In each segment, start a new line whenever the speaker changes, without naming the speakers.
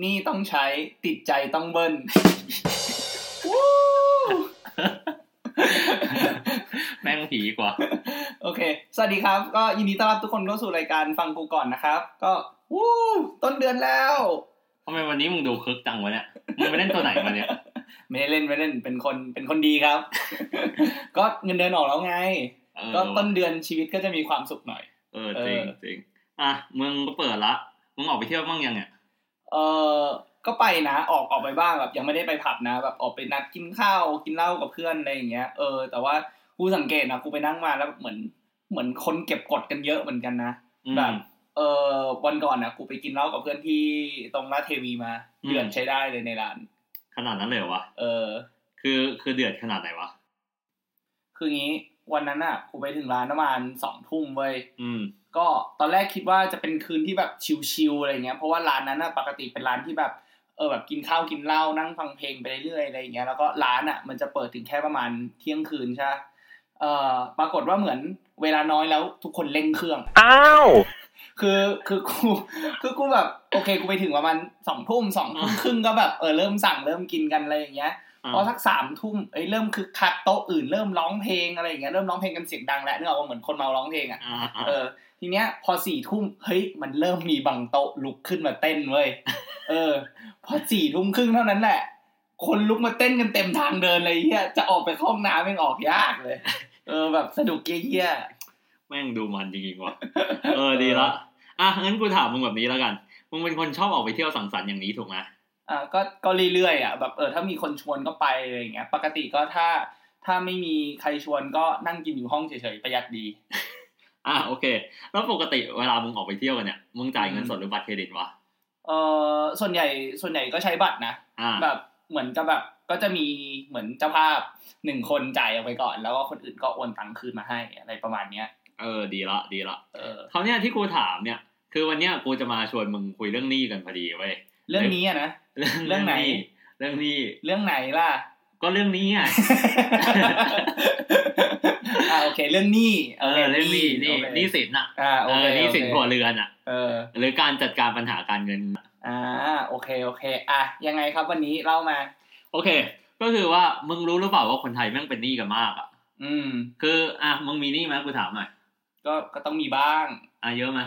หนี่ต้องใช้ติดใจต้องเบิ้ล วู้
แม่งผีกว่า
โอเค สวัสดีครับ ก็ยินดีต้อนรับทุกคนเข้าสู่รายการฟังกูก่อนนะครับ ก็วู้ต้นเดือนแล้ว
ทำไมวันนี้มึงดูคึกจังวะเนี่ย มึงไปเล่นตัวไหนมาเนี่ย
ไม่ได้เล่นไม่ได้เล่นเป็นคนเป็นคนดีครับ ก็เงินเดือนออกแล้วไง
เออ
ก็ต้นเดือนชีวิตก็จะมีความสุขหน่อย
เออจริงจริงอ่ะมึงก็เปิดละ มึงออกไปเที่ยวบ้างยังเนี่ย
เออก็ไปนะออกออกไปบ้างแบบยังไม่ได้ไปผับนะ แบบออกไปนัดกินข้าวกินเหล้ากับเพื่อนอะไรอย่างเงี้ยเออแต่ว่ากูสังเกตนะกูไปนั่งมาแล้วเหมือนเหมือนคนเก็บกดกันเยอะเหมือนกันนะ
อืม
แบบ เออวันก่อนนะกูไปกินเหล้ากับเพื่อนที่ตรงลาดเทวีมา
อืม
เดือดใช้ได้เลยในร้าน
ขนาดนั้นเลยเหรอวะ
เออ
คือคือเดือดขนาดไหนวะ
คืองี้วันนั้นอ่ะกูไปถึงร้านประมาณสองทุ่มเว้ย
อืม
ก็ตอนแรกคิดว่าจะเป็นคืนที่แบบชิลๆอะไรเงี้ยเพราะว่าร้านนั้นนะปกติเป็นร้านที่แบบเออแบบกินข้าวกินเหล้านั่งฟังเพลงไปเรื่อยๆอะไรเงี้ยแล้วก็ร้านอ่ะมันจะเปิดถึงแค่ประมาณเที่ยงคืนใช่ปะเอ่อปรากฏว่าเหมือนเวลาน้อยแล้วทุกคนเร่งเครื่อง
อ้าว
คือคือ กูคือกูแบบโอเคกูไปถึงประมาณสองทุ่มสองทุ่มครึ่งก็แบบเออเริ่มสั่งเริ่มกินกันอะไรอย่างเงี้ย พอสักสามทุ่มเอ้ยเริ่มคึกคักโต๊ะอื่นเริ่มร้องเพลงอะไรอย่างเงี้ยเริ่มร้องเพลงกันเสียงดังแล้วนึกออกว่าเหมือนคนเมาร้องเพลงอ่ะ
อ่าอ่า
เออทีเนี้ยพอสี่ทุ่มเฮ้ยมันเริ่มมีบางโต๊ะลุกขึ้นมาเต้นเว้ยเออ พอสี่ทุ่มครึ่งเท่านั้นแหละ คนลุกมาเต้นกันเต็มทางเดินเลยเฮียจะออกไปเข้าห้องน้ำยังออกยากเลย เออแบบสะดุกเยี่ย
แม่งดูมันจริงๆว่ะ เออดีละ อ่ะงั้นกูถามมึงแบบนี้แล้วกัน มึงเป็นคนชอบออกไปเที่ยวสังสรรค์อย่างนี้ถูกไหม
ๆอ่ะก็ก็เรื่อยๆอ่ะแบบเออถ้ามีคนชวนก็ไปอะไรอย่างเงี้ย ปกติก็ถ้าถ้าไม่มีใครชวนก็นั่งกินอยู่ห้องเฉยๆประหยัดดี
อ่ะโอเค แล้วปกติเวลามึงออกไปเที่ยวกันเนี่ย มึงจ่ายเงินสดหรือบัตรเครดิตวะ
เออส่วนใหญ่ส่วนใหญ่ก็ใช้บัตรนะ
อ่า
แบบเหมือนกับแบบก็จะมีเหมือนเจ้าภาพหนึ่งคนจ่ายเอาไปก่อน แล้วก็คนอื่นก็โอนตังค์คืนมาให้อะไรประมาณเนี้ย
เออดีละดีละ
เออ
คราวเนี้ยที่กูถามเนี่ย คือวันเนี้ยกูจะมาชวนมึงคุยเรื่องหนี้กันพอดีเว้ย
เรื่องนี้อะนะ เรื่องไหน
เรื่องหนี้
เรื่องไหนล่ะ
ก็เรื่องนี้อ่ะ
อ่าโอเค เรื่องหนี้
เออเรื่องหนี้หนี่
โอเค
หนี้สินอ่ะ
อ่า
เอ
โอ
อ
เค
หนี้สิน
โอเค
ครัวเรือนอ่ะ
เออ
หรือการจัดการปัญหาการเงิน
อ่าโอเคโอเค อ่ะยังไงครับวันนี้เล่ามา
โอเค ก็คือว่ามึงรู้หรือเปล่าว่าคนไทยแม่งเป็นหนี้กันมากอ่ะ
อืม
คืออ่ะมึงมีหนี้ไหมกูถามหน่อย
ก็ก็ต้องมีบ้าง
อ่ะเยอะไหม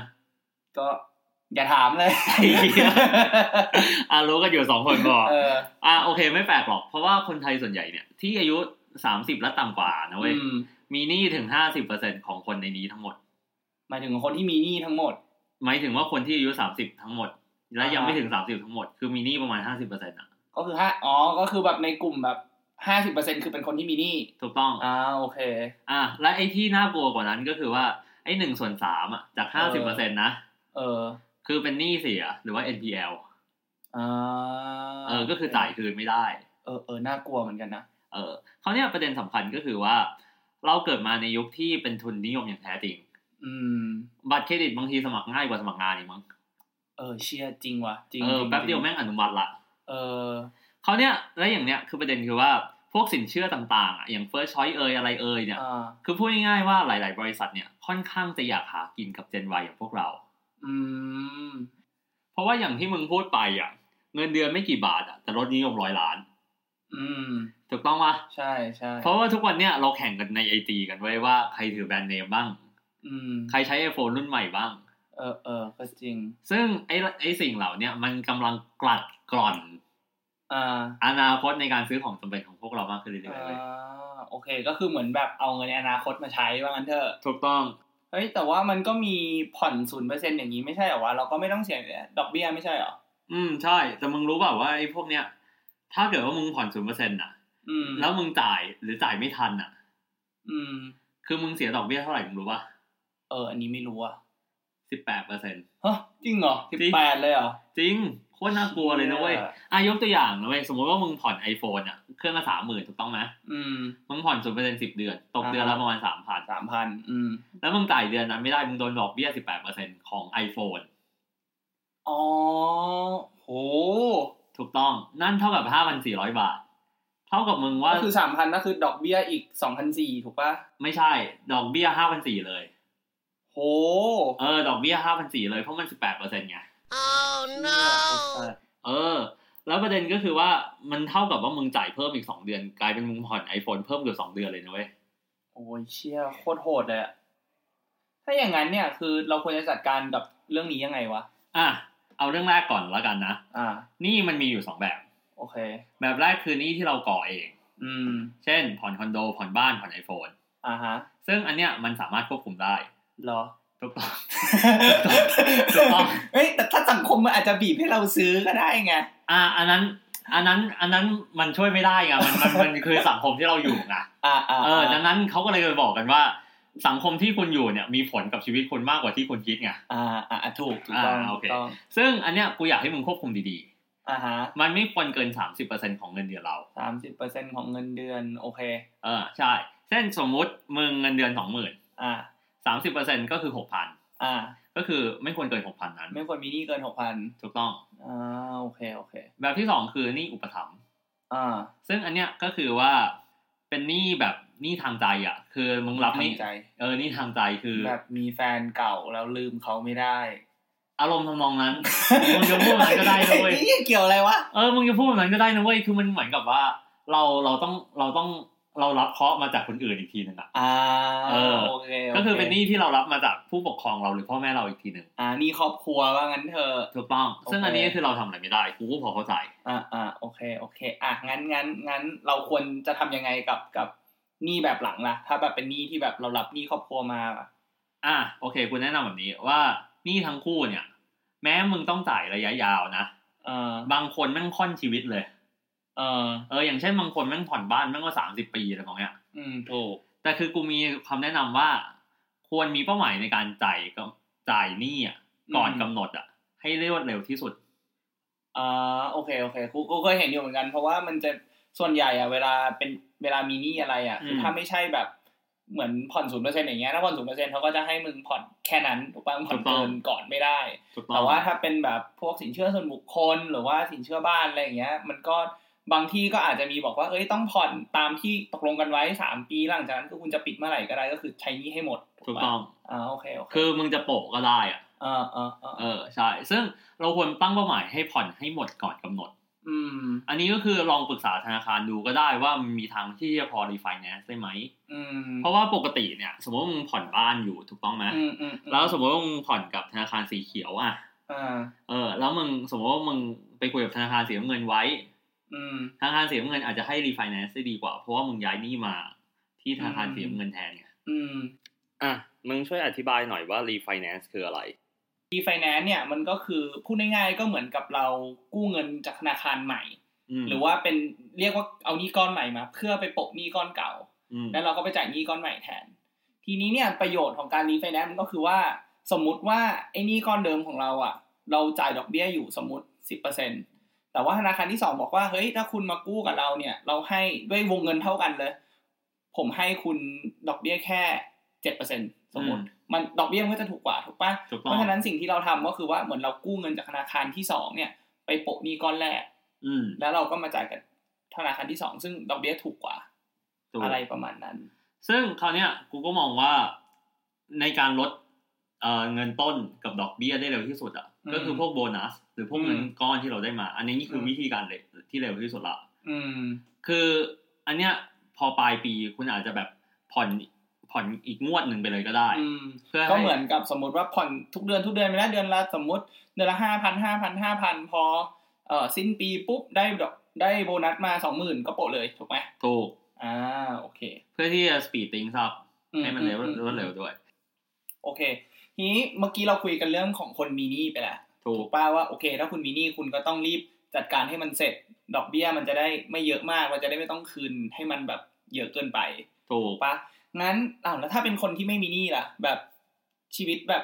ก็อย่าถาม เลย
ไอ้เหี้ย อ่ะรู้กันอยู่สองคนบอก
เออ
อ่ะโอเคไม่แปลกหรอกเพราะว่าคนไทยส่วนใหญ่เนี่ยที่อายุสามสิบและต่ำกว่านะเว้ย
อืม
มีหนี้ถึงห้าสิบเปอร์เซ็นของคนในนี้ทั้งหมด
หมายถึงคนที่มีหนี้ทั้งหมด
หมายถึงว่าคนที่อายุสามสิบทั้งหมด และ
อ่ายั
ยังไม่ถึงสามสิบทั้งหมด คือมีหนี้ประมาณห้าสิบเปอร์เซ็นต์อ่ะ
ก็คือห้าอ๋อ ก็คือแบบในกลุ่มแบบห้าสิบเปอร์เซ็นคือเป็นคนที่มีหนี้
ถูกต้อง
อ่า โอเค
อ่ะและไอ้ที่น่ากลัวกว่านั้นก็คือว่าไอ้หนึ่งส่วนสามอ่ะจากห้าสิบเปอร์เซ็นต์นะ
เออ
คือเป็นหนี้เสียหรือว่า NPL
อ่า
เออ ก็คือจ่ายคืนไม่ได้
เออ เออ น่ากลัวเหมือนกันนะ
เออเขาวเนี่ยประเด็นสำคัญก็คือว่า เราเกิดมาในยุคที่เป็นทุนนิยมอย่างแท้จริง
อืม
บัตรเครดิตบางทีสมัครง่ายกว่าสมัครงานอีกมั้ง
เออ เชี่ยจริงว่ะ จริง
เออ
จริง
แป๊บเดียว
จริง
แม่งอนุมัติละ
เออ
เขาวเนี่ยและอย่างเนี้ยคือประเด็นคือว่าพวกสินเชื่อต่างๆอ่ะอย่าง First Choice เอยอะไรเอยเนี่ย
อ่า
คือพูดง่ายๆว่าหลาย ๆ บริษัทเนี่ยค่อนข้างจะอยากหากินกับเจนวัยอย่างพวกเรา
อืม
เพราะว่าอย่างที่มึงพูดไปอ่ะเงินเดือนไม่กี่บาทอ่ะแต่รถนิยมร้อยล้าน
อืม
ถูกต้องปะ
ใช่ใช่
เพราะว่าทุกวันเนี่ยเราแข่งกันในไอจีกันไว้ว่าใครถือแบรนด์เนมบ้าง
อืม
ใครใช้ iPhone รุ่นใหม่บ้าง
เออ เออ ก็จริง
ซึ่งไอไอสิ่งเหล่าเนี้ยมันกำลังกลัดกร่อน
อ่า
อนาคตในการซื้อของจำเป็นของพวกเรามากขึ้นเรื่อยๆเลย
อ่า โอเค ก็คือเหมือนแบบเอาเงินในอนาคตมาใช้ว่างั้นเถอะ
ถูกต้อง
เฮ้ย แต่ว่ามันก็มีผ่อนศูนย์เปอร์เซ็นต์อย่างนี้ไม่ใช่เหรอวะ เราก็ไม่ต้องเสียดอกเบี้ยไม่ใช่เหรอ
อืมใช่ แต่มึงรู้เปล่าว่าไอ้พวกเนี้ยถ้าเกิดว่ามึงผ่อนศูนย์เปอร์เซ็นต์อ่ะ
อืม
แล้วมึงจ่ายหรือจ่ายไม่ทันอ่ะ
อืม
คือมึงเสียดอกเบี้ยเท่าไหร่มึงรู้ป่ะ
เออ อันนี้ไม่รู้อะ
สิบแปดเปอร์เซ็นต์
ฮะจริงเหรอ
จริ
สิบ
ง
แปดเลยเหรอ
จริง โคตรน่ากลัวเลยนะเว้ย
เออ
อ่ะยกตัวอย่างนะเว้ย สมมติว่ามึงผ่อน iPhone อ่ะ เครื่องละสามหมื่นถูกต้องไหม
อืม
มึงผ่อนศูนย์เปอร์เซ็นต์สิบเดือน ตก
อ่า
เดือนละประมาณสามพัน
สามพัน อืม
แล้วมึงจ่ายเดือนนั้นไม่ได้ มึงโดนดอกเบี้ยสิบแปดเปอร์เซ็นต์ของ iPhone
อ๋อ โห
ถูกต้อง นั่นเท่ากับห้าพันสี่ร้อยบาท เท่ากับมึงว่า
ก็คือสามพันก็คือดอกเบี้ยอีกสองพันสี่ถูกปะ
ไม่ใช่ ดอกเบี้ยห้าพันสี่เลย
โห
เออ ดอกเบี้ยห้าพันสี่เลย เพราะมันสิบแปดเปอร์เซ็นต์ไง
โอ้ no
เออ แล้วประเด็นก็คือว่ามันเท่ากับว่ามึงจ่ายเพิ่มอีกสองเดือน กลายเป็นมึงผ่อน iPhone เพิ่มเกือบสองเดือนเลยนะเว้ย
โอ้ยเชี่ยโคตรโหดเลยอะถ้าอย่างนั้นเนี่ย คือเราควรจะจัดการกับเรื่องนี้ยังไงวะ
อ่ะ เอาเรื่องแรกก่อนแล้วกันนะ
อ่า
หนี่มันมีอยู่สองแบบ
โอเค
แบบแรกคือหนี้ที่เราก่อเอง
อืม
เช่น ผ่อนคอนโด ผ่อนบ้าน ผ่อน iPhone
อ่าฮะ
ซึ่งอันเนี้ยมันสามารถควบคุมได้
เหร อ
ถูกต้อง ถู
ถู
ก
ก
ต้
ต้
อ
อง งเอ้ยแต่ถ้าสังคมมันอาจจะบีบให้เราซื้อก็ได้ไง
อ่ะอันนั้น อันนั้น อันนั้นมันช่วยไม่ได้ไง มันมันมันคือสังคมที่เราอยู่ไง
อ่าอ่า
เออ ดังนั้นเขาก็เลยไปบอกกันว่า สังคมที่คุณอยู่เนี่ยมีผลกับชีวิตคุณมากกว่าที่คุณคิดไง
อ่าอ่าอ่าถูกถูกต้อง
อ่าโอ
ถู
เค
กต้อง
ซึ่งอันเนี้ยกูอยากให้มึงควบคุมดี
อ่าฮะ
ๆ มันไม่ควรเกิน 30%ของเงินเดือนเรา
สามสิบเปอร์เซ็นของเงินเดือน โอเค
เออ ใช่ เช่นสมมุติมึงเงินเดือน 20,000
อ่า
30%ก็คือ 6,000
อ่า
ก็คือไม่ควรเกิน 6,000 นั้น
ไม่ควรมีหนี้เกินหกพัน
ถูกต้อง
อ่าโอเคโอเค
แบบที่ 2 คือหนี้อุปถัมภ์
อ่า
ซึ่งอันเนี้ยก็คือว่าเป็นหนี้แบบหนี้ทางใจอ่ะ คือมึงรับหนี้
ทำใจ
เออหนี้ทางใจคือ
แบบมีแฟนเก่าแล้วลืมเขาไม่ได้
อารมณ์ทำนองนั้น มึงจะพูดอะไรก็ได้นะเว้ย
นี่เกี่ยวอะไรวะ
เออ มึงจะพูดแบบนั้นก็ได้นะเว้ย คือมันเหมือนกับว่า เรา เราต้อง เราต้อง เรารับเคราะห์มาจากคนอื่นอีกทีหนึ่งอะ
อ่า
เออ
โอเคโ
ก็คือเป็นหนี้ที่เรารับมาจากผู้ปกครองเราหรือพ่อแม่เราอีกทีหนึ่ง
อ่าหนี่ครอบครัวว่างั้นเถอะ
ถูกต้อง
โอเค
ซึ่งอันนี้ก็คือเราทำอะไรไม่ได้ กูก็พอเข้าใจ
อ่าอ่าโอเคโอเค อ่ะงั้นงั้นงั้นเราควรจะทำยังไงกับกับหนี้แบบหลังล่ะ ถ้าแบบเป็นหนี้ที่แบบเรารับหนี้ครอบครัวมาอ่ะ
อ่ะโอเค กูแนะนำแบบนี้ว่าหนี้ทั้งคู่เนี่ย แม้มึงต้องจ่ายระยะยาวนะ
เออบ
างคนแม่งค่อนชีวิตเลย
เออ
เออ อย่างเช่นบางคนแม่งผ่อนบ้านแม่งก็สามสิบปีอะไรของเนี้ย
อืมถูก
แต่คือกูมีคำแนะนำว่า ควรมีเป้าหมายในการจ่ายก็จ่ายหนี้อะก่อนกำหนดอ่ะ ให้เร็วเร็วที่สุด
อ่าโอเคโอเคกูกูเคยเห็นอยู่เหมือนกัน เพราะว่ามันจะส่วนใหญ่อ่ะเวลาเป็นเวลามีหนี้อะไรอ่ะคือ
ม
ถ้าไม่ใช่แบบเหมือนผ่อนศูนย์เปอร์เซ็นต์อย่างเงี้ยถ้าผ่อนศูนย์เปอร์เซ็นต์เขาก็จะให้มึงผ่อนแค่นั้นถูกปะมึงผ่อนเกินก่อนไม่ได้
ถูกต้อ
แต่
ง
ว่าถ้าเป็นแบบพวกสินเชื่อส่วนบุคคลหรือว่าสินเชื่อบ้านอะไรอย่างเงี้ย มันก็บางที่ก็อาจจะมีบอกว่าเอ้ยต้องผ่อนตามที่ตกลงกันไว้สามปีหลังจากนั้นคือคุณจะปิดเมื่อไหร่ก็ได้ก็คือใช้หนี้ให้หมด
ถูก
ปะ
ต้อง
อ่าโอเคโอเค
คือมึงจะโปะก็ได้อ่ะ
อ่าอ่าอ่า
เออใช่ ซึ่งเราควรตั้งเป้าหมายให้ผ่อนให้หมดก่อนกำหนด
อืม
อันนี้ก็คือลองปรึกษาธนาคารดูก็ได้ว่ามันมีทางที่จะพอรีไฟแนนซ์ได้ไหม
อืม
เพราะว่าปกติเนี่ย สมมติว่ามึงผ่อนบ้านอยู่ถูกต้องไหม
อืมอืมอื
แล้วสมมติว่ามึงผ่อนกับธนาคารสีเขียวอ่ะ
อ่า
เออ แล้วมึงสมมติว่ามึงไปคุยกับธนาคารสีน้ำเงินไว้
อืม
ธนาคารสีน้ำเงินอาจจะให้รีไฟแนนซ์ได้ดีกว่า เพราะว่ามึงย้ายหนี้มาที่ธนาคารสีน้ำเงินแทนไง
อืม
อ่ะ มึงช่วยอธิบายหน่อยว่ารีไฟแนนซ์คืออะไร
e finance เนี่ยมันก็คือพูดง่ายๆก็เหมือนกับเรากู้เงินจากธนาคารใหม่ หรือว่าเป็นเรียกว่าเอาหนี้ก้อนใหม่มา เพื่อไปโปะหนี้ก้อนเก่า แล้วเราก็ไปจ่ายหนี้ก้อนใหม่แทน ทีนี้เนี่ยประโยชน์ของการรีไฟแนนซ์มันก็คือว่า สมมุติว่าไอ้หนี้ก้อนเดิมของเราอ่ะ เราจ่ายดอกเบี้ยอยู่สมมติสิบเปอร์เซ็นแต่ว่าธนาคารที่สองบอกว่าเฮ้ยถ้าคุณมากู้กับเราเนี่ย เราให้ด้วยวงเงินเท่ากันเลย ผมให้คุณดอกเบี้ยแค่เจ็ดเปอร์เซ็นสมมติ มันดอกเบี้ยมันก็จะถูกกว่าถูกปะ
ถูกต้อง
เพราะฉะนั้นสิ่งที่เราทำก็คือว่าเหมือนเรากู้เงินจากธนาคารที่สองเนี่ย ไปโปะหนี้ก้อนแรก
อืม
แล้วเราก็มาจ่ายกับธนาคารที่สองซึ่งดอกเบี้ยถูกกว่า
ถูก
อะไรประมาณนั้น
ซึ่งคราวเนี้ยกูก็มองว่าในการลดเอ่อเงินต้นกับดอกเบี้ยได้เร็วที่สุดอ่ะ
อืม
ก็คือพวกโบนัส หรือพวกเงิน
อืม
ก้อนที่เราได้มา อันนี้นี่คืออ
ม
วิธีการเลยที่เร็วที่สุดละ
อืม
คืออันเนี้ยพอปลายปีคุณอาจจะแบบผ่อนผ่อนอีกงวดหนึ่งไปเลยก็ได้
อืม
เพื่อ
ก็
ให้
เหมือนกับสมมติว่าผ่อนทุกเดือนทุกเดือนไปแล้วเดือนละสมมติเดือนละห้าพันห้าพันห้าพันพอเอ่อสิ้นปีปุ๊บได้ดอกได้โบนัสมาสองหมื่นก็โปะเลยถูกไหม
ถูก
อ่าโอเค
เพื่อที่จะสปีดติงซับ
อื
ให้มันเร็ว
อือื
รวดเร็วด้วย
โอเค ทีนี้เมื่อกี้เราคุยกันเรื่องของคนมีหนี้ไปแล้ว
ถูก
ป้าว่าโอเค ถ้าคุณมีหนี้คุณก็ต้องรีบจัดการให้มันเสร็จ ดอกเบี้ยมันจะได้ไม่เยอะมากเราจะได้ไม่ต้องคืนให้มันแบบเยอะเกินไป
ถูก
ถูกปะงั้นอ้าวแล้วถ้าเป็นคนที่ไม่มีหนี้ล่ะ แบบชีวิตแบบ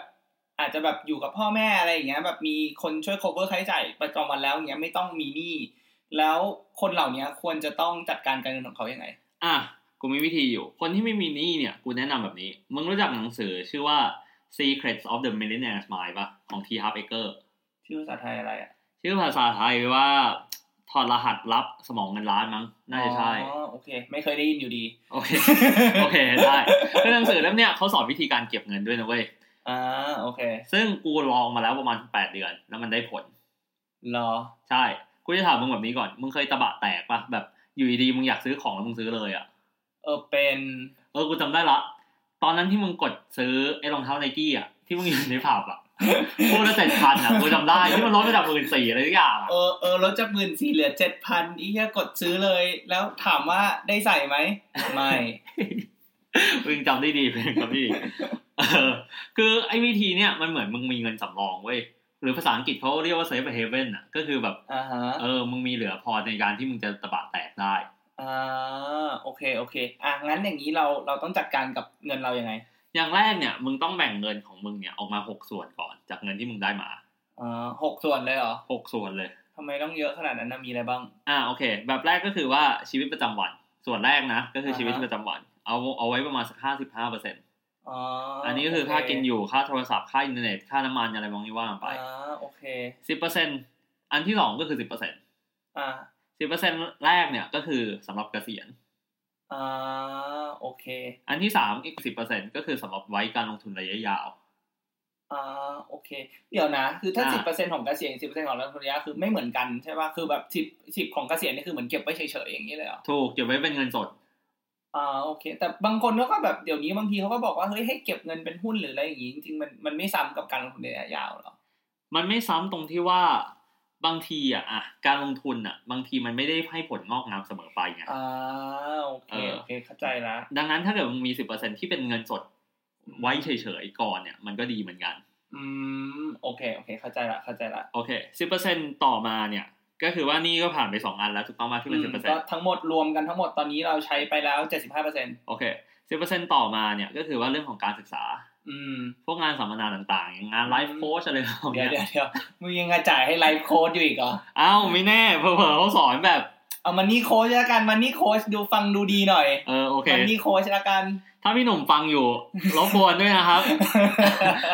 อาจจะแบบอยู่กับพ่อแม่อะไรอย่างเงี้ย แบบมีคนช่วย cover ค่าใช้จ่ายประจำวันแล้วอย่างเงี้ยไม่ต้องมีหนี้แล้วคนเหล่านี้ควรจะต้องจัดการการเงินของเขายังไง
อ่ะกูมีวิธีอยู่ คนที่ไม่มีหนี้เนี่ย กูแนะนำแบบนี้ มึงรู้จักหนังสือชื่อว่า Secrets of the Millionaire's Mind ปะของ T. Harv Eker
ชื่อภาษาไทยอะไรอ่ะ
ชื่อภาษาไทยว่าถอดรหัสลับสมองเงินล้านมั้งน่าจะใช่
อ๋อโอเค ไม่เคยได้ยิน อยู่ดี
โอเค โอเค ได้คือหนังสือเล่มเนี้ยเขาสอนวิธีการเก็บเงินด้วยนะเว้ย
อ่าโอเค
ซึ่งกูลองมาแล้วประมาณ 8 เดือน แล้วมันได้ผล
เหรอ
ใช่ กูจะถามมึงแบบนี้ก่อน มึงเคยตะบะแตกปะแบบอยู่ดีๆมึงอยากซื้อของแล้วมึงซื้อเลยอะ
เออเป็น
เออ กูจำได้ละ ตอนนั้นที่มึงกดซื้อไอ้รองเท้าไนกี้อะที่มึงอยู่ในผับอะ กูละเจ็ดพันอะกูจำได้ที่มันลดระดับหมื่นสี่อะไรทุกอย่างอะ
เออเออลดจากหมื่นสี่เหลือเจ็ดพันอีกกดซื้อเลย แล้วถามว่าได้ใส่ไหมไม่
มึงจำได้ดีเป็นจำได้ดีเออคือไอ้วิธีเนี่ยมันเหมือนมึงมีเงินสำรองเว้ย หรือภาษาอังกฤษเขาเรียกว่า safe haven อะก็คือแบบ
อ่าฮะ
เออมึงมีเหลือพอในการที่มึงจะตะบะแตกได้
อ่าโอเคโอเค อ่ะงั้นอย่างนี้เราเราต้องจัดการกับเงินเรายังไง
อย่างแรกเนี่ยมึงต้องแบ่งเงินของมึงเนี่ยออกมาหกส่วนก่อนจากเงินที่มึงได้มา
อ่าหกส่วนเลยเหรอ
หกส่วนเลย
ทำไมต้องเยอะขนาดนั้นนะมีอะไรบ้าง
อ่าโอเค แบบแรกก็คือว่าชีวิตประจำวัน ส่วนแรกนะก็คือ
อ่าฮะ
ชีวิตประจำวันเอาเอาไว้ประมาณสักห้าสิบห้าเปอร์เซ็นต์
อ๋อ
อั
อั
นนี้ก็คือค่ากินอยู่ค่าโทรศัพท์ค่าอินเทอร์เน็ตค่าน้ำมันอะไรมองนี่ว่างไป
อ่าโอเค
สิบเปอร์เซ็นต์อันที่สองก็คือสิบเปอร์เซ็นต์
อ่า
สิบเปอร์เซ็นต์แรกเนี่ยก็คือสำหรับเกษียณ
อ่าโอเค
อันที่สามอีกสิบเปอร์เซ็นต์ก็คือสำหรับไว้การลงทุนระยะยาว
อ่าโอเค เดี๋ยวนะ คือถ้า
อ่า
สิบเปอร์เซ็นของเกษียณสิบเปอร์เซ็นของรัฐระยะคือไม่เหมือนกันใช่ป่ะคือแบบสิบสิบของเกษียณนี่คือเหมือนเก็บไว้เฉยๆอย่างนี้เลยเหรอ
ถูกเก็บไว้เป็นเงินสด
อ่าโอเค แต่บางคนเขาก็แบบเดี๋ยวนี้บางทีเขาก็บอกว่าเฮ้ยให้เก็บเงินเป็นหุ้นหรืออะไรอย่างงี้จริงๆมันมันไม่ซ้ำกับการลงทุนระยะยาวเหรอ
มันไม่ซ้ำตรงที่ว่าบางทีอ่ะอะการลงทุนอ่ะ บางทีมันไม่ได้ให้ผลงอกงามเสมอไปไง
อ่าโอเค
เออ
โอเคเข้าใจละ
ดังนั้นถ้าเกิดมึงมีสิบเปอร์เซ็นที่เป็นเงินสดไว้เฉยๆก่อนเนี่ย มันก็ดีเหมือนกัน
อืมโอเคโอเคเข้าใจละเข้าใจละ
โอเคสิบเปอร์เซ็นต่อมาเนี่ย ก็คือว่านี่ก็ผ่านไปสองอันแล้วถูกต้องไหมที่เป็นสิบเปอร์เซ็น
ก็ทั้งหมดรวมกันทั้งหมดตอนนี้เราใช้ไปแล้วเจ็ดสิบห้าเปอร์เซ็น
โอเคสิบเปอร์เซ็นต่อมาเนี่ยก็คือว่าเรื่องของการศึกษา
อืม
พวกงานสัมมนาต่างๆอย่างงานไลฟ์โค้ชอะไรพวก
เดี๋ยวย เดี๋
เนี้
ยวเดี๋ยวมึงยังจะจ่ายให้ไลฟ์โค้ดอยู่อีกเหรอ
อ้าวไม่แน่เผลอๆเขาสอนแบบ
เอามันนี่โค้ชละกันมันนี่โค้ชดูฟังดูดีหน่อย
เออโอเค
มันนี่โค้ชละกัน
ถ้าพี่หนุ่มฟังอยู่รบกวนด้วยนะครับ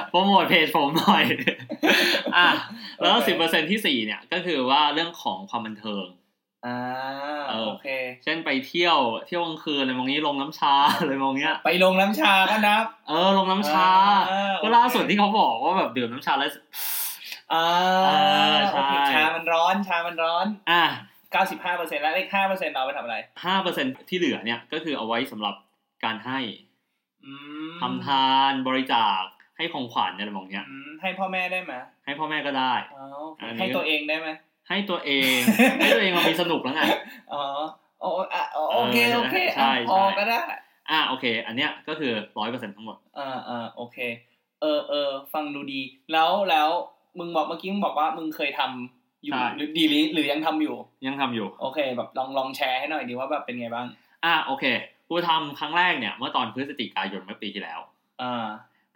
โปรโมทเพจผมหน่อย อ่ะ แล้ว
โอเค
สิบเปอร์เซ็นที่สี่เนี่ย ก็คือว่าเรื่องของความบันเทิง
อ่า
เออ
โอเค
เช่นไปเที่ยวเที่ยวกลางคืนอะไรมองนี้ลงน้ำชา อะไรมองเนี้ย
ไปลงน้ำชาก็นับ
เออลงน้ำชา
อ่โอเค
ก็ล่าสุดที่เขาบอกว่าแบบดื่มน้ำชาแล้ว
อ่า
ใช่
โอเคชามันร้อนชามันร้อน
อ่ะ
เก้าสิบห้าเปอร์เซ็นต์แล้วเลขห้าเปอร์เซ็นต์เราไปทำอะไร
ห้าเปอร์เซ็นที่เหลือเนี่ย ก็คือเอาไว้สำหรับการให้
อืม
ทำทาน บริจาคให้ของขวัญอะไรมองเนี้ย
อืมให้พ่อแม่ได้ไหม
ให้พ่อแม่ก็ได้
อ๋อโอเค
อันนี้
ให้ตัวเองได้ไหม
ให้ตัวเอง ให้ตัวเองเรามีสนุกแล้วไง
อ๋อโออ่ะอ๋อโอเคโอเค
ใช่
อ่ะ
ใช่
พอก็ได้
อ่ะโอเค อันเนี้ยก็คือร้อยเปอร์เซ็นทั้งหมด
อ่าอ่าโอเค เออเออฟังดูดี แล้วแล้วมึงบอกเมื่อกี้มึงบอกว่ามึงเคยทำอยู่
ใช่
หรือดีหรือหรือยังทำอยู่
ยังทำอยู่
โอเค แบบลองลองแชร์ให้หน่อยดีว่าแบบเป็นไงบ้าง
อ่ะโอเคกูทำครั้งแรกเนี่ย เมื่อตอนพฤศจิกายนเมื่อปีที่แล้ว
อ่า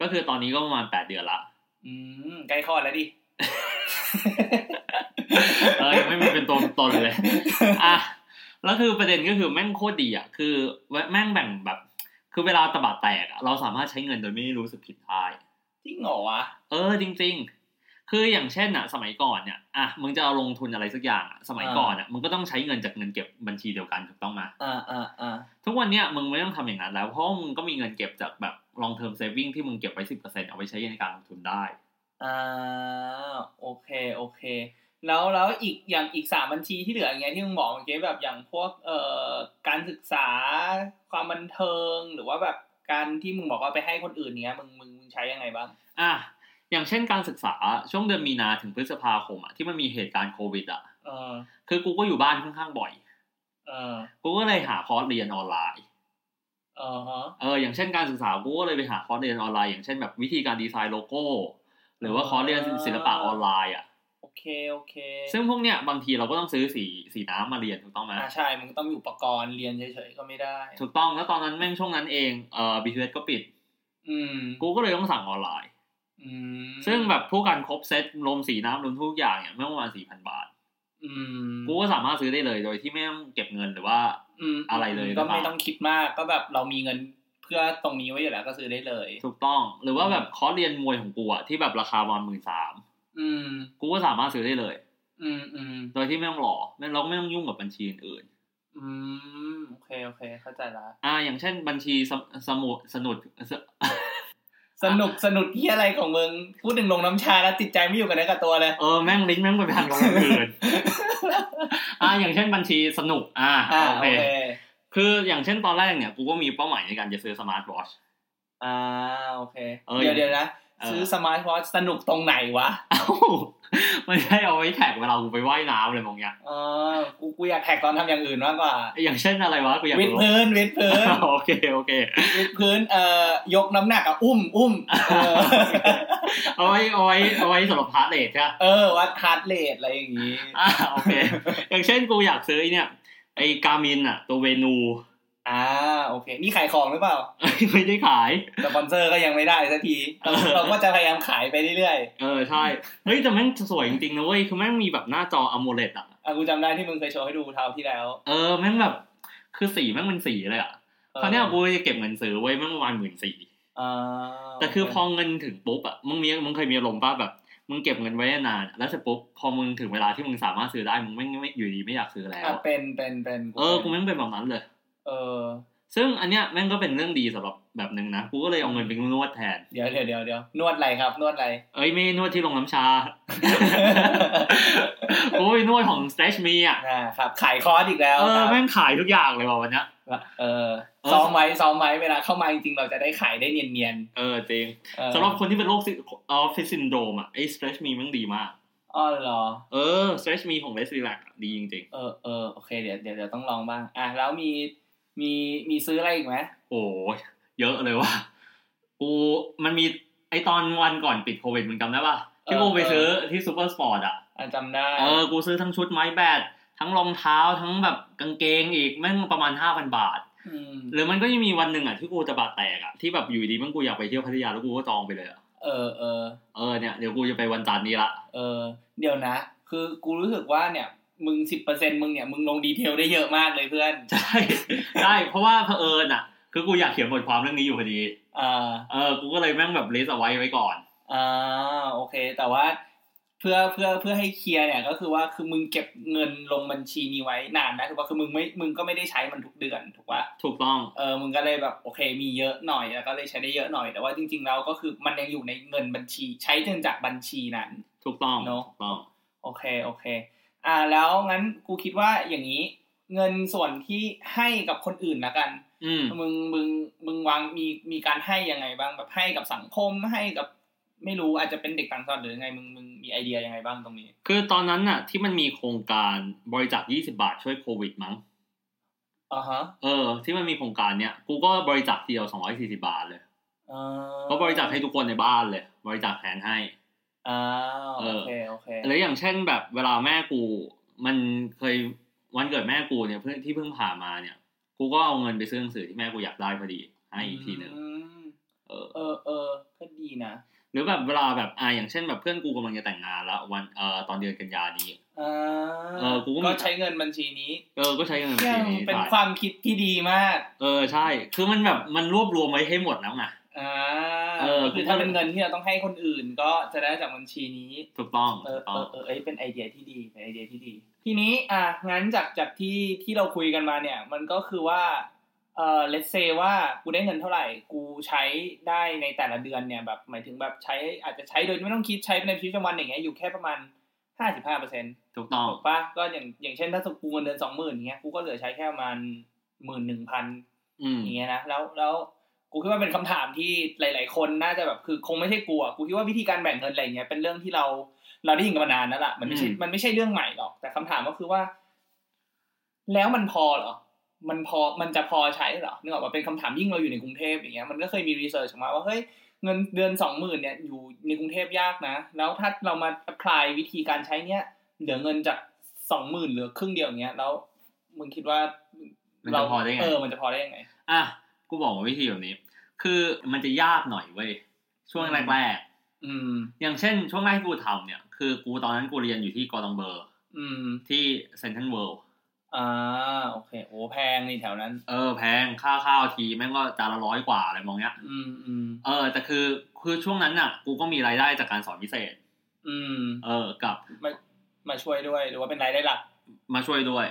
ก็คือตอนนี้ก็ประมาณแปดเดือนละ
อืมใกล้คลอดแล้วดิ
เออยังไม่มีเป็นตัวตนเลยอ่ะแล้วคือประเด็นก็คือแม่งโคตรดีอ่ะคือแม่งแบ่งแบบ คือเวลาตะบะแตกอะเราสามารถใช้เงินโดยไม่รู้สึกผิดได้
จริงเหรอวะ
เออจริง ๆ คืออย่างเช่นอ่ะ สมัยก่อนเนี่ยอ่ะมึงจะเอาลงทุนอะไรสักอย่างอะสมัยก่อนอ่ะมึงก็ต้องใช้เงินจากเงินเก็บบัญชีเดียวกันถูกต้องไหม
อ่าอ่าอ่า
ทุกวันเนี้ยมึงไม่ต้องทำอย่างนั้นแล้ว เพราะมึงก็มีเงินเก็บจากแบบ long term saving ที่มึงเก็บไว้สิบเปอร์เซ็นต์เอาไว้ใช้ในการลงทุนได้
อ่าโอเคโอเค แล้วแล้วอีกอย่างอีกสามบัญชีที่เหลืออย่างเงี้ยที่มึงบอกเมื่อกี้แบบอย่างพวกเอ่อการศึกษาความบันเทิงหรือว่าแบบการที่มึงบอกว่าไปให้คนอื่นเนี้ยมึงมึงมึงใช้ยังไงบ้าง
อ่ะ อย่างเช่นการศึกษาช่วงเดือนมีนาถึงพฤษภาคมอ่ะที่มันมีเหตุการณ์โควิดอ่ะ
เออ
คือกูก็อยู่บ้านค่อนข้างบ่อย
เออ
กูก็เลยหาคอร์สเรียนออนไลน์
เออฮะ
เออ อย่างเช่นการศึกษา กูก็เลยไปหาคอร์สเรียนออนไลน์ อย่างเช่นแบบวิธีการดีไซน์โลโก้ หรือว่าคอร์สเรียนศิลปะออนไลน์อ่ะ
โอเคโอเค
ซึ่งพวกเนี้ยบางทีเราก็ต้องซื้อสีสีน้ำมาเรียนถูกต้องไหม
อ่าใช่มึงต้องมีอุปกรณ์เรียนเฉยๆก็ไม่ได้
ถูกต้อง แล้วตอนนั้นแม่งช่วงนั้นเอง เอ่อบีทีเอสก็ปิด
อืม
กูก็เลยต้องสั่งออนไลน์
อืม
ซึ่งแบบผู้กันครบเซตรวมสีน้ำรวมทุกอย่างเนี่ยไม่ประมาณสี่พันบาท
อืม
กูก็สามารถซื้อได้เลยโดยที่ไม่ต้องเก็บเงินหรือว่า
ม
อะไรเลย
ก็
หรือเปล่า
ไม่ต้องคิดมากก็แบบเรามีเงินเพื่อตรงนี้ไว้อยู่แล้วก็ซื้อได้เลย
ถูกต้อง หรือว่าแบบคอร์สเรียนมวยของกูอะที่แบบราคาประมาณหมื่นสาม
อืม
กูก็สามารถซื้อได้เลย
อืมอืม
โดยที่ไม่ต้องรอไม่เราไม่ต้องยุ่งกับบัญชีอื่น
อืมโอเคโอเค เข้าใจละ
ๆอ่าอย่างเช่นบัญชีสมสมุดสนุดส
สนุกสนุกที่อะไรของมึงพูดถึงลงน้ำชาแล้วติดใจไม่อยู่กับเนื้อกับตัวเลย
เออแม่งลิงก์แม่งไปพันกับคนอื่นอ่าอย่างเช่นบัญชีสนุกอ่า
อ่า
โอ
โอ
เค
เค
คืออย่างเช่นตอนแรกเนี่ยกูก็มีเป้าหมายในการจะซื้อสมาร์ทวอทช
อ่าโอเค
เอ้ย
เดี๋ยวเดี๋ยวนะ
เออ
ซื้อสมาร์ทวอทช์สนุกตรงไหนวะ
เอ้าไม่ใช่เอาไว้แท็กเวลากูไปว่ายน้ำอะไรมองเงี้ย
เออกูกูอยากแท็กตอนทำอย่างอื่นมากกว่า
อย่างเช่นอะไรวะกูอยาก
วิด
รู้
พื้นวิดพื้ น
โอเคโอเค
วิดพื้นเอ่อยกน้ำหนักอะอุ้มอุ้มเออ
เอาไว้เอาไว้เอาไว้สำหรับพาร์ทเลทใช่ปะ
เออวัดฮาร์ดเรทอะไรอย่างงี้
อ่าโอเค อย่างเช่นกูอยากซื้อไอ้เนี่ยไอ้กามินอ่ะ ตัวเวนู
อ่าโอเค นี่ขายของหรือเปล่า
ไม่ได้ขาย
สปอนเซอร์ก็ยังไม่ได้สักทีเราเราก็จะพยายามขายไปเรื่อย
เออใช่เฮ้ยแต่แม่งสวยจริงๆนะเว้ยคือแม่งมีแบบหน้าจออโมเลตอ่ะ
ๆอ่ะกูจำได้ที่มึงเคยโชว์ให้ดูเท่าที่แล้ว
เออแม่งแบบ คือสีแม่งเป็นสีเลยอ่ะคราวเนี้ยกูจะเก็บเงินซื้อไว้ยแม่งประมาณหมื่นสี่
อ่า
แต่คือพอเงินถึงปุ๊บอ่ะมึงมีมึงเคยมีอารมณ์ป่ะแบบ มึงเก็บเงินไว้นานแล้วเสร็จปุ๊บพอมึงถึงเวลาที่มึงสามารถซื้อได้มึงไม่ไม่อยู่ดีไม่อยากซื้อแล้ว
อ่ะเป็นเป็นเป็น
เออกูแม่งเป็นแบบนั้นเลย
เออ
ซึ่งอันเนี้ยแม่งก็เป็นเรื่องดีสำหรับแบบหนึ่งนะกูก็เลยเอาเงินไปนวดแทน
เดี๋ยวเดี๋ยวเดี๋ยวเดี๋ยวนวดอะไรครับนวด อะไร
เอ้ยไม่นวดที่โรงน้ำชา โอ้ยนวดของ stretch me อ่ะ
อ่าครับ ขายคอร์สอีกแล้ว
เอ
ค
อ
รับ
แม่งขายทุกอย่างเลยว่ะวันเนี้ย
เออ
เออ
ซ้อมไว้ซ้อมไว้เวลาเข้ามาจริงๆเราจะได้ขายได้เนียน
เออจริง
ๆเออ
สำหรับคนที่เป็นโรคออฟฟิศซินโดรมอ่ะไอ้ stretch me แม่งดีมาก
อ๋อเหรอ
เออ stretch me ของ Les Relax อะดีจริง
เออเออโอเคเดี๋ยวเดี๋ยวเดี๋ยวต้องลองบ้าง อ่ะแล้วมีมีมีซื้ออะไรอีกไหม
ๆ โอ้ยเยอะเลยว่ะกูมันมีไอตอนวันก่อนปิดโควิดมึงจำได้ป่ะที่กูไปซื้อที่ซูเปอร์สปอร์ตอ่ะ
อ่ะจำได้
เออ กูซื้อทั้งชุดไม้แบด ทั้งรองเท้า ทั้งแบบกางเกงอีก แม่งประมาณห้าพันบาท
ม
หรือมันก็ยังมีวันหนึ่งอ่ะที่กูจะบาดแตกอ่ะ ที่แบบอยู่ดีแม่งกูอยากไปเที่ยวพัทยาแล้วกูก็จองไปเลยอ่ะ
เออเออ
เออเนี่ยเดี๋ยวกูจะไปวันจันทร์นี้ละ
เออเดี๋ยวนะ คือกูรู้สึกว่าเนี่ยมึงสิบเปอร์เซ็นมึงเนี่ยมึงลงดีเทลได้เยอะมากเลยเพื่อน
ใช่ ได้เพราะว่าเผอิญอ่ะ คือกูอยากเขียนบทความเรื่องนี้อยู่พอดี
อ่า
เออ กูก็เลยแม่งแบบลิสต์เอาไว้ไว้ก่อน
อ่าโอเค แต่ว่าเพื่อเพื่อเพื่อให้เคลียร์เนี่ยก็คือว่าคือมึงเก็บเงินลงบัญชีนี้ไว้นานนะถูกปะคือมึงไม่มึงก็ไม่ได้ใช้มันทุกเดือนถูกปะ
ถูกต้อง
เออมึงก็เลยแบบโอเคมีเยอะหน่อยแล้วก็เลยใช้ได้เยอะหน่อยแต่ว่าจริงๆแล้วก็คือมันยังอยู่ในเงินบัญชี ใช้เงินจากบัญชีนั้น
ถูกต้อง
เนอะ
ถูกต้อง
โอเคโอเค อ่าแล้วงั้นกูคิดว่าอย่างนี้ เงินส่วนที่ให้กับคนอื่นละกัน
อืม
มึงมึงมึงวางมีมีการให้ยังไงบ้างแบบให้กับสังคมให้กับไม่รู้อาจจะเป็นเด็กต่างชาติหรือยังไงมึงมึงมีไอเดียยังไงบ้างตรงนี้
คือตอนนั้นน่ะ ที่มันมีโครงการบริจาค20 บาทช่วยโควิดมั้ง
อ่าฮะ
เออ ที่มันมีโครงการเนี้ย กูก็บริจาคทีเดียว240 บาทเลย
อ่า
ก็บริจาคให้ทุกคนในบ้านเลย บริจาคแทนให้
อ่า
เอ
โอ
อ
เคโอเค
หรืออย่างเช่นแบบเวลาแม่กู มันเคยวันเกิดแม่กูเนี่ยเพิ่งที่เพิ่งผ่านมาเนี่ย กูก็เอาเงินไปซื้อหนังสือที่แม่กูอยากได้พอดี ให้อีกทีหนึ่ง
อืม
เออ
เออเออก็ดีนะ
หรือแบบเวลาแบบอ่าอย่างเช่นแบบเพื่อนกูกำลังจะแต่งงานแล้ววันเอ่อตอนเดือนกันยานี้
อ่า
เออกูก็มี
ก็ใช้เงินบัญชีนี้
เออก็ใช้เงิน
เนี่
ที
ย
นี้
เป็น
ได้
ความคิดที่ดีมาก
เออใช่ คือมันแบบมันรวบรวมไว้ให้หมดแล้วไง
อ่า
เออ
คือถ้าเป็นเงินที่เราต้องให้คนอื่น ก็จะได้จากบัญชีนี้
ถูกต้อง
เออก เอ
ถูต้อง
อเออเอ้ยเป็นไอเดียที่ดีเป็นไอเดียที่ดี ทีนี้อ่ะงั้นจากจากที่ที่เราคุยกันมาเนี่ย มันก็คือว่าเออ let's say ว่ากูได้เงินเท่าไหร่ กูใช้ได้ในแต่ละเดือนเนี่ยแบบหมายถึงแบบใช้อาจจะใช้โดยไม่ต้องคิดใช้ในชีวิตประจำวันอย่างเงี้ยอยู่แค่ประมาณห้าสิบห้าเปอร์เซ็นต์
ถูกต้อง
ถูกปะก็อย่างอย่างเช่นถ้าสมมุติกูเงินเดือนสองหมื่นเงี้ยกูก็เหลือใช้แค่ประมาณหมื่นหนึ่งพัน
อืม
อย่างเงี้ยนะแล้วแล้วกูคิดว่าเป็นคำถามที่หลาย ๆ คนน่าจะแบบคือคงไม่ใช่กลัวกูคิดว่าวิธีการแบ่งเงินอะไรอย่างเงี้ยเป็นเรื่องที่เราเราได้ยินกันมานานแล้วล่ะมันไม่ใช่
อืม
มันไม่ใช่เรื่องใหม่หรอก แต่คำถามก็คือว่า แล้วมันพอเหรอ มันพอมันจะพอใช้เหรอนึกออกว่าเป็นคำถามยิ่งเราอยู่ในกรุงเทพอย่างเงี้ยมันก็เคยมีรีเสิร์ชออกมาว่าเฮ้ยเงินเดือนสองหมื่นเนี่ยอยู่ในกรุงเทพยากนะ แล้วถ้าเรามา apply วิธีการใช้เนี้ยเหลือเงินจากสองหมื่นเหลือครึ่งเดียวอย่างเงี้ยแล้วมึงคิดว่า
มันจะพอได้ไง
เออมันจะพอได้ยังไง
อ่ะกูบอกว่าวิธีแบบนี้ คือมันจะยากหน่อยเว้ยช่วงแรก
อืม
ๆอย่างเช่น ช่วงแรกที่กูทำเนี่ย คือกูตอนนั้นกูเรียนอยู่ที่กอร์ดองเบอร์
อืม
ที่เซนทรัลเวิลด์
อ่า โอเค โอ้ แพงนี่แถวนั้น
เออแพงค่าข้าวทีแม่งก็จานละร้อยกว่าอะไรมองเนี้ย
อืม อืม
เออแต่คือคือช่วงนั้นน่ะ กูก็มีรายได้จากการสอนพิเศษ
อืม
เออกับ
มามาช่วยด้วย หรือว่าเป็นรายได้หลัก
มาช่วยด้วย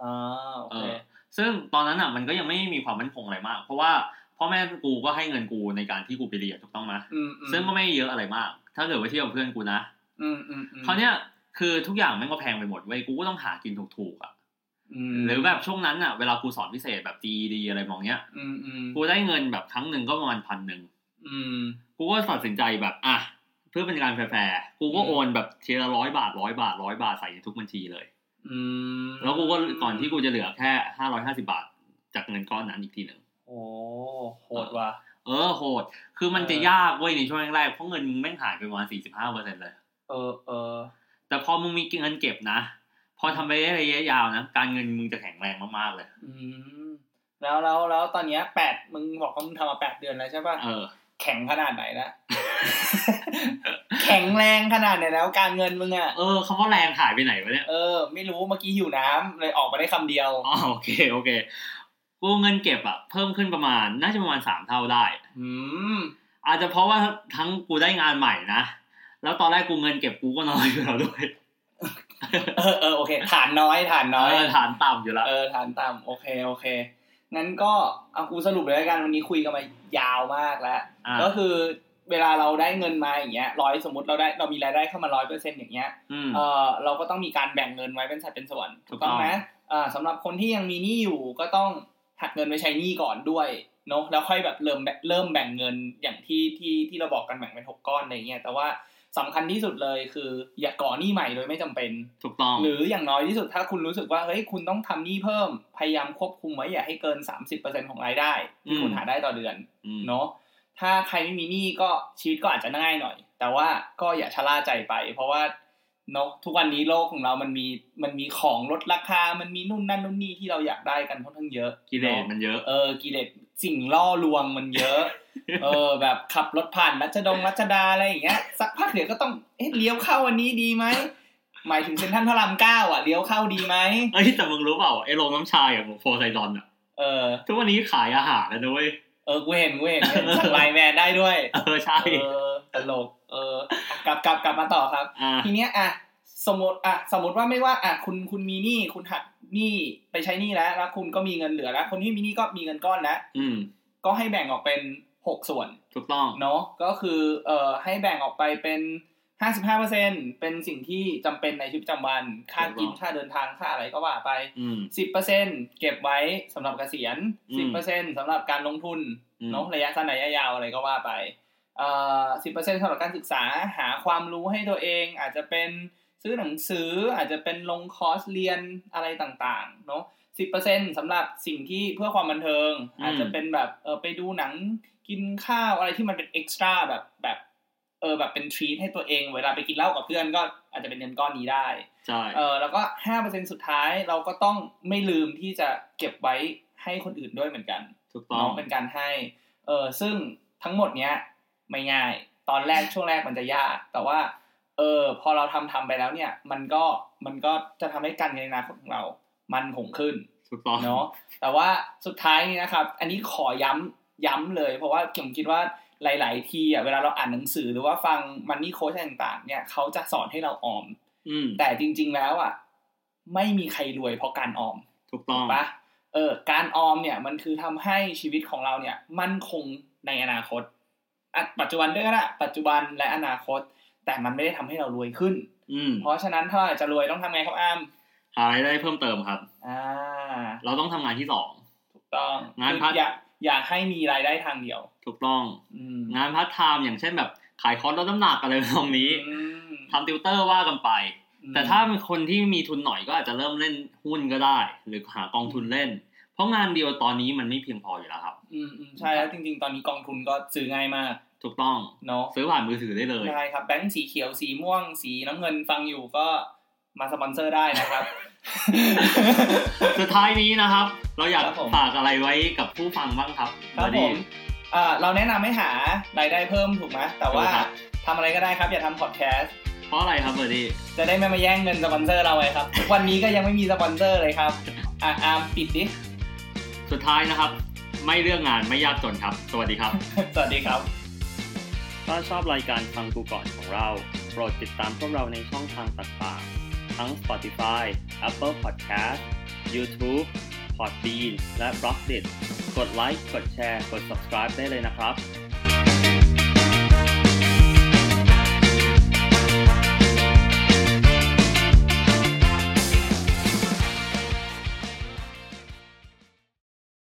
อ่า โอ
เอ
เค
อ ซึ่งตอนนั้นอ่ะมันก็ยังไม่มีความมั่นคงอะไรมาก เพราะว่า พ่อแม่กูก็ให้เงินกูในการที่กูไปเรียนถูกต้องไหม
อืมอืม
ซึ่งก็ไม่เยอะอะไรมาก ถ้าเกิดว่าเทียบกับเพื่อนกูนะ
อืมอืมอืม
คราวเนี้ยคือทุกอย่างแม่งก็แพงไปหมดเว้ยกูก็ต้องหากินถูกๆอ่ะ
ม
หรือแบบช่วงนั้นอ่ะเวลากูสอนพิเศษแบบ GED อะไรมองเนี้ย
อืมอืม
กูได้เงินแบบครั้งหนึ่งก็ประมาณพันหนึ่ง
อืม
กูก็ตัดสินใจแบบอ่ะเพื่อเป็นการแฟร์ๆกูก็โอนแบบทีละร้อยบาทร้อยบาทร้อยบาทใส่ในทุกบัญชีเลย
อืม
แล้วกูก็ก่อนที่กูจะเหลือแค่ห้าร้อยห้าสิบาท จากเงินก้อนนั้นอีกทีหนึ่ง
โอ้โหดว่ะ
เออโหด คือมันจะ
เออ
ยากเว้ยในช่วงแรกๆเพราะเงินมึงแม่งหายไปประมาณสี่สิบห้าเปอร์เซ็นต์เลย
เออเออ
แต่พอมึงมีเงินเก็บนะ พอทำไปได้ระยะยาวนะ การเงินมึงจะแข็งแรงมากๆเลย
อืม แล้วแล้วแล้วตอนเนี้ยแปดมึงบอกว่ามึงทำมาแปดเดือนแล้วใช่ป่ะ
เออ
แข็งขนาดไหนละ แข็งแรงขนาดไหนแล้วการเงินมึงอ่ะ
เออคำว่าแรงหายไปไหนวะเนี่ย
เออ ไม่รู้เมื่อกี้หิวน้ำเลยออกมาได้คำเดียว
อ๋อโอเคโอเค กูเงินเก็บอะเพิ่มขึ้นประมาณน่าจะประมาณสามเท่าได้
อืม
อาจจะเพราะว่าทั้งกูได้งานใหม่นะ แล้วตอนแรกกูเงินเก็บกูก็น้อยอยู่แล้วด้วย
เออเออโอเค ฐานน้อย ฐานน้อย
เออฐานต่ำอยู่แล้ว
เออ ฐานต่ำโอเคโอเคงั้นก็เอากูสรุปเลยละกันวันนี้คุยกันมายาวมากแล้ว
อ่ะ
ก็คือเวลาเราได้เงินมาอย่างเงี้ยร้อยสมมติเราได้เรามีรายได้เข้ามาร้อยเปอร์เซ็นต์อย่างเงี้ย
อืม
เออเราก็ต้องมีการแบ่งเงินไว้เป็นสัดเป็นส่วน
ถู
ถู
ก
ก
ต้
ต้
อ
อง งไหมอ่าสำหรับคนที่ยังมีหนี้อยู่ก็ต้องหักเงินไปใช้หนี้ก่อนด้วยเนาะแล้วค่อยแบบเริ่มแบ่งเริ่มแบ่งเงินอย่างที่ที่ที่เราบอกกันแบ่งเป็นหกก้อนอะไรเงี้ยแต่ว่าสำคัญที่สุดเลยคือ อย่าก่อหนี้ใหม่โดยไม่จำเป็น
ถูกต้อง
หรืออย่างน้อยที่สุดถ้าคุณรู้สึกว่าเฮ้ยคุณต้องทำหนี้เพิ่มพยายามควบคุมไว้อย่าให้เกิน 30%ของรายได้ที่คุณหาได้ต่อเดือน
ม
เนาะถ้าใครไม่มีหนี้ก็ชีวิตก็อาจจะง่ายหน่อย แต่ว่าก็อย่าชะล่าใจไป เพราะว่าเนาะทุกวันนี้โลกของเรามันมีมันมีของลดราคา มันมีนู่นนั่นนู่นนี่ที่เราอยากได้กันค่อนข้างเยอะ
กิเลสมันเยอะ
เออกิเลสสิ่งล่อลวงมันเยอะ เออ แบบขับรถผ่านรัชดงรัชดาอะไรอย่างเงี้ยสักพักเดี๋ยวก็ต้องเอ๊ะเลี้ยวเข้าอันนี้ดีไหมหมายถึงเซ็นทรัลพระรามเก้าอ่ะเลี้ยวเข้าดีไหม
เอ้ยแต่มึงรู้เปล่าไอ้โรงน้ำชาอย่างโฟร์ไซดอนอะ
เออ
ทุกวันนี้ขายอาหารแล้วนะเว้ย
เออกูเห็นกูเห็นเห็นสั่งไลน์แมนได้ด้วย
เออใช่
เออตลกเออ กลับกลับกลับมาต่อครับ
อ่า
ทีเนี้ยอ่ะสมมติอ่ะสมมติว่าไม่ว่าอ่ะคุณคุณมีหนี้คุณหักหนี้ไปใช้หนี้แล้วแล้วคุณก็มีเงินเหลือแล้วคนที่มีหนี้ก็มีเงินก้อนแล้ว
อืม
ก็ให้แบ่งออกเป็นหกส่วน
ถูกต้อง
เนาะก็คือเอ่อให้แบ่งออกไปเป็นห้าสิบห้าเปอร์เซ็นเป็นสิ่งที่จำเป็นในชีวิตประจำวันค่ากินค่าเดินทางค่าอะไรก็ว่าไป
อืม
สิบเปอร์เซ็นเก็บไว้สำหรับเกษียณ
อืม
สิบเปอร์เซ็นสำหรับการลงทุน
อืม
เนาะระยะสั้นระยะยาวอะไรก็ว่าไปเอ่อสิบเปอร์เซ็นต์สำหรับการศึกษาหาความรู้ให้ตัวเอง อาจจะเป็นซื้อหนังสืออาจจะเป็นลงคอร์สเรียนอะไรต่างๆเนาะสิบเปอร์เซ็นต์สำหรับสิ่งที่เพื่อความบันเทิง อาจจะเป็นแบบเออไปดูหนังกินข้าวอะไรที่มันเป็นเอ็กซ์ตร้าแบบแบบเออแบบเป็นทรีทให้ตัวเอง เวลาไปกินเหล้ากับเพื่อนก็อาจจะเป็นเงินก้อนนี้ได้
ใช่
เออแล้วก็ห้าเปอร์เซ็นต์สุดท้ายเราก็ต้องไม่ลืมที่จะเก็บไว้ให้คนอื่นด้วยเหมือนกัน
ถูกต้อ
เน้
ง
องเป็นการให้ เออซึ่งทั้งหมดเนี้ยไม่ง่าย ตอนแร กช่วงแรกมันจะยาก แต่ว่า เออ พอเราทำทำไปแล้วเนี่ย มันก็ มันก็จะทำให้การเงินในอนาคตของเรา มันคงขึ้น
ถูกต้อง
เนาะ แต่ว่าสุดท้ายนี่นะครับ อันนี้ขอย้ำย้ำเลย เพราะว่าผมคิดว่าหลาย ๆ ทีอ่ะ เวลาเราอ่านหนังสือหรือว่าฟังมันนี่โค้ชต่าง ๆ เนี่ย เขาจะสอนให้เราออม
อืม
แต่จริง ๆ แล้วอ่ะ ไม่มีใครรวยเพราะการออม
ถูกต้อง
ปะเออ การออมเนี่ยมันคือทำให้ชีวิตของเราเนี่ยมั่นคงในอนาคตอ่ะปัจจุบันด้วยก็ได้ปัจจุบันและอนาคต แต่มันไม่ได้ทำให้เรารวยขึ้น
อืม
เพราะฉะนั้นถ้าเราอยากจะรวยต้องทำไงครับอ้าม
หารายได้เพิ่มเติมครับ
อ่า
เราต้องทำงานที่สอง
ถูกต้อง
งาน
คือ
พัก
อย่าอย่าให้มีรายได้ทางเดียว
ถูกต้อง
อืม
งานพาร์ทไทม์อย่างเช่นแบบขายคอร์สลดน้ำหนักอะไรตรงนี้
อืม
ทำติวเตอร์ว่ากันไป แต่ถ้าเป็นคนที่มีทุนหน่อยก็อาจจะเริ่มเล่นหุ้นก็ได้ หรือหากองทุนเล่น เพราะงานเดียวตอนนี้มันไม่เพียงพออยู่แล้วครับ
อืมอืมใช่แล้วจริง ๆ ตอนนี้กองทุนก็ซื้อง่ายมาก
ถูกต้อง
เนาะ
ซื้อผ่านมือถือได้เลย
ได้ครับแบงค์สีเขียวสีม่วง สีน้ำเงินฟังอยู่ก็มาสปอนเซอร์ได้นะครับ
สุดท้ายนี้นะครับ เราอยาก
ครับผม
ฝากอะไรไว้กับผู้ฟังบ้างครับ
ครับ
ด
ผ
ดี้
มเอ่อเราแนะนำให้หารายได้เพิ่มถูกไหมแต่ว่า
ถูกครับ
ทำอะไรก็ได้ครับ อย่าทำพอดแคสต์
เพราะอะไรครับเบอร์ดี้
จะได้ไม่มาแย่งเงินสปอนเซอร์เราไงครับ วันนี้ก็ยังไม่มีสปอนเซอร์เลยครับ อ่ะอาร์มปิด ดิ
สุดท้ายนะครับ ไม่เลือกงานไม่ยากจนครับ สวัสดีครับ
สวัสดีครับ
ถ้าชอบรายการฟังกูก่อนของเรา โปรดติดตามพวกเราในช่องทางต่างๆ ทั้ง Spotify, Apple Podcast, YouTube, Podbean และ b l o g d i t กดไลค์กดแชร์กด subscribe ได้เลยนะครับ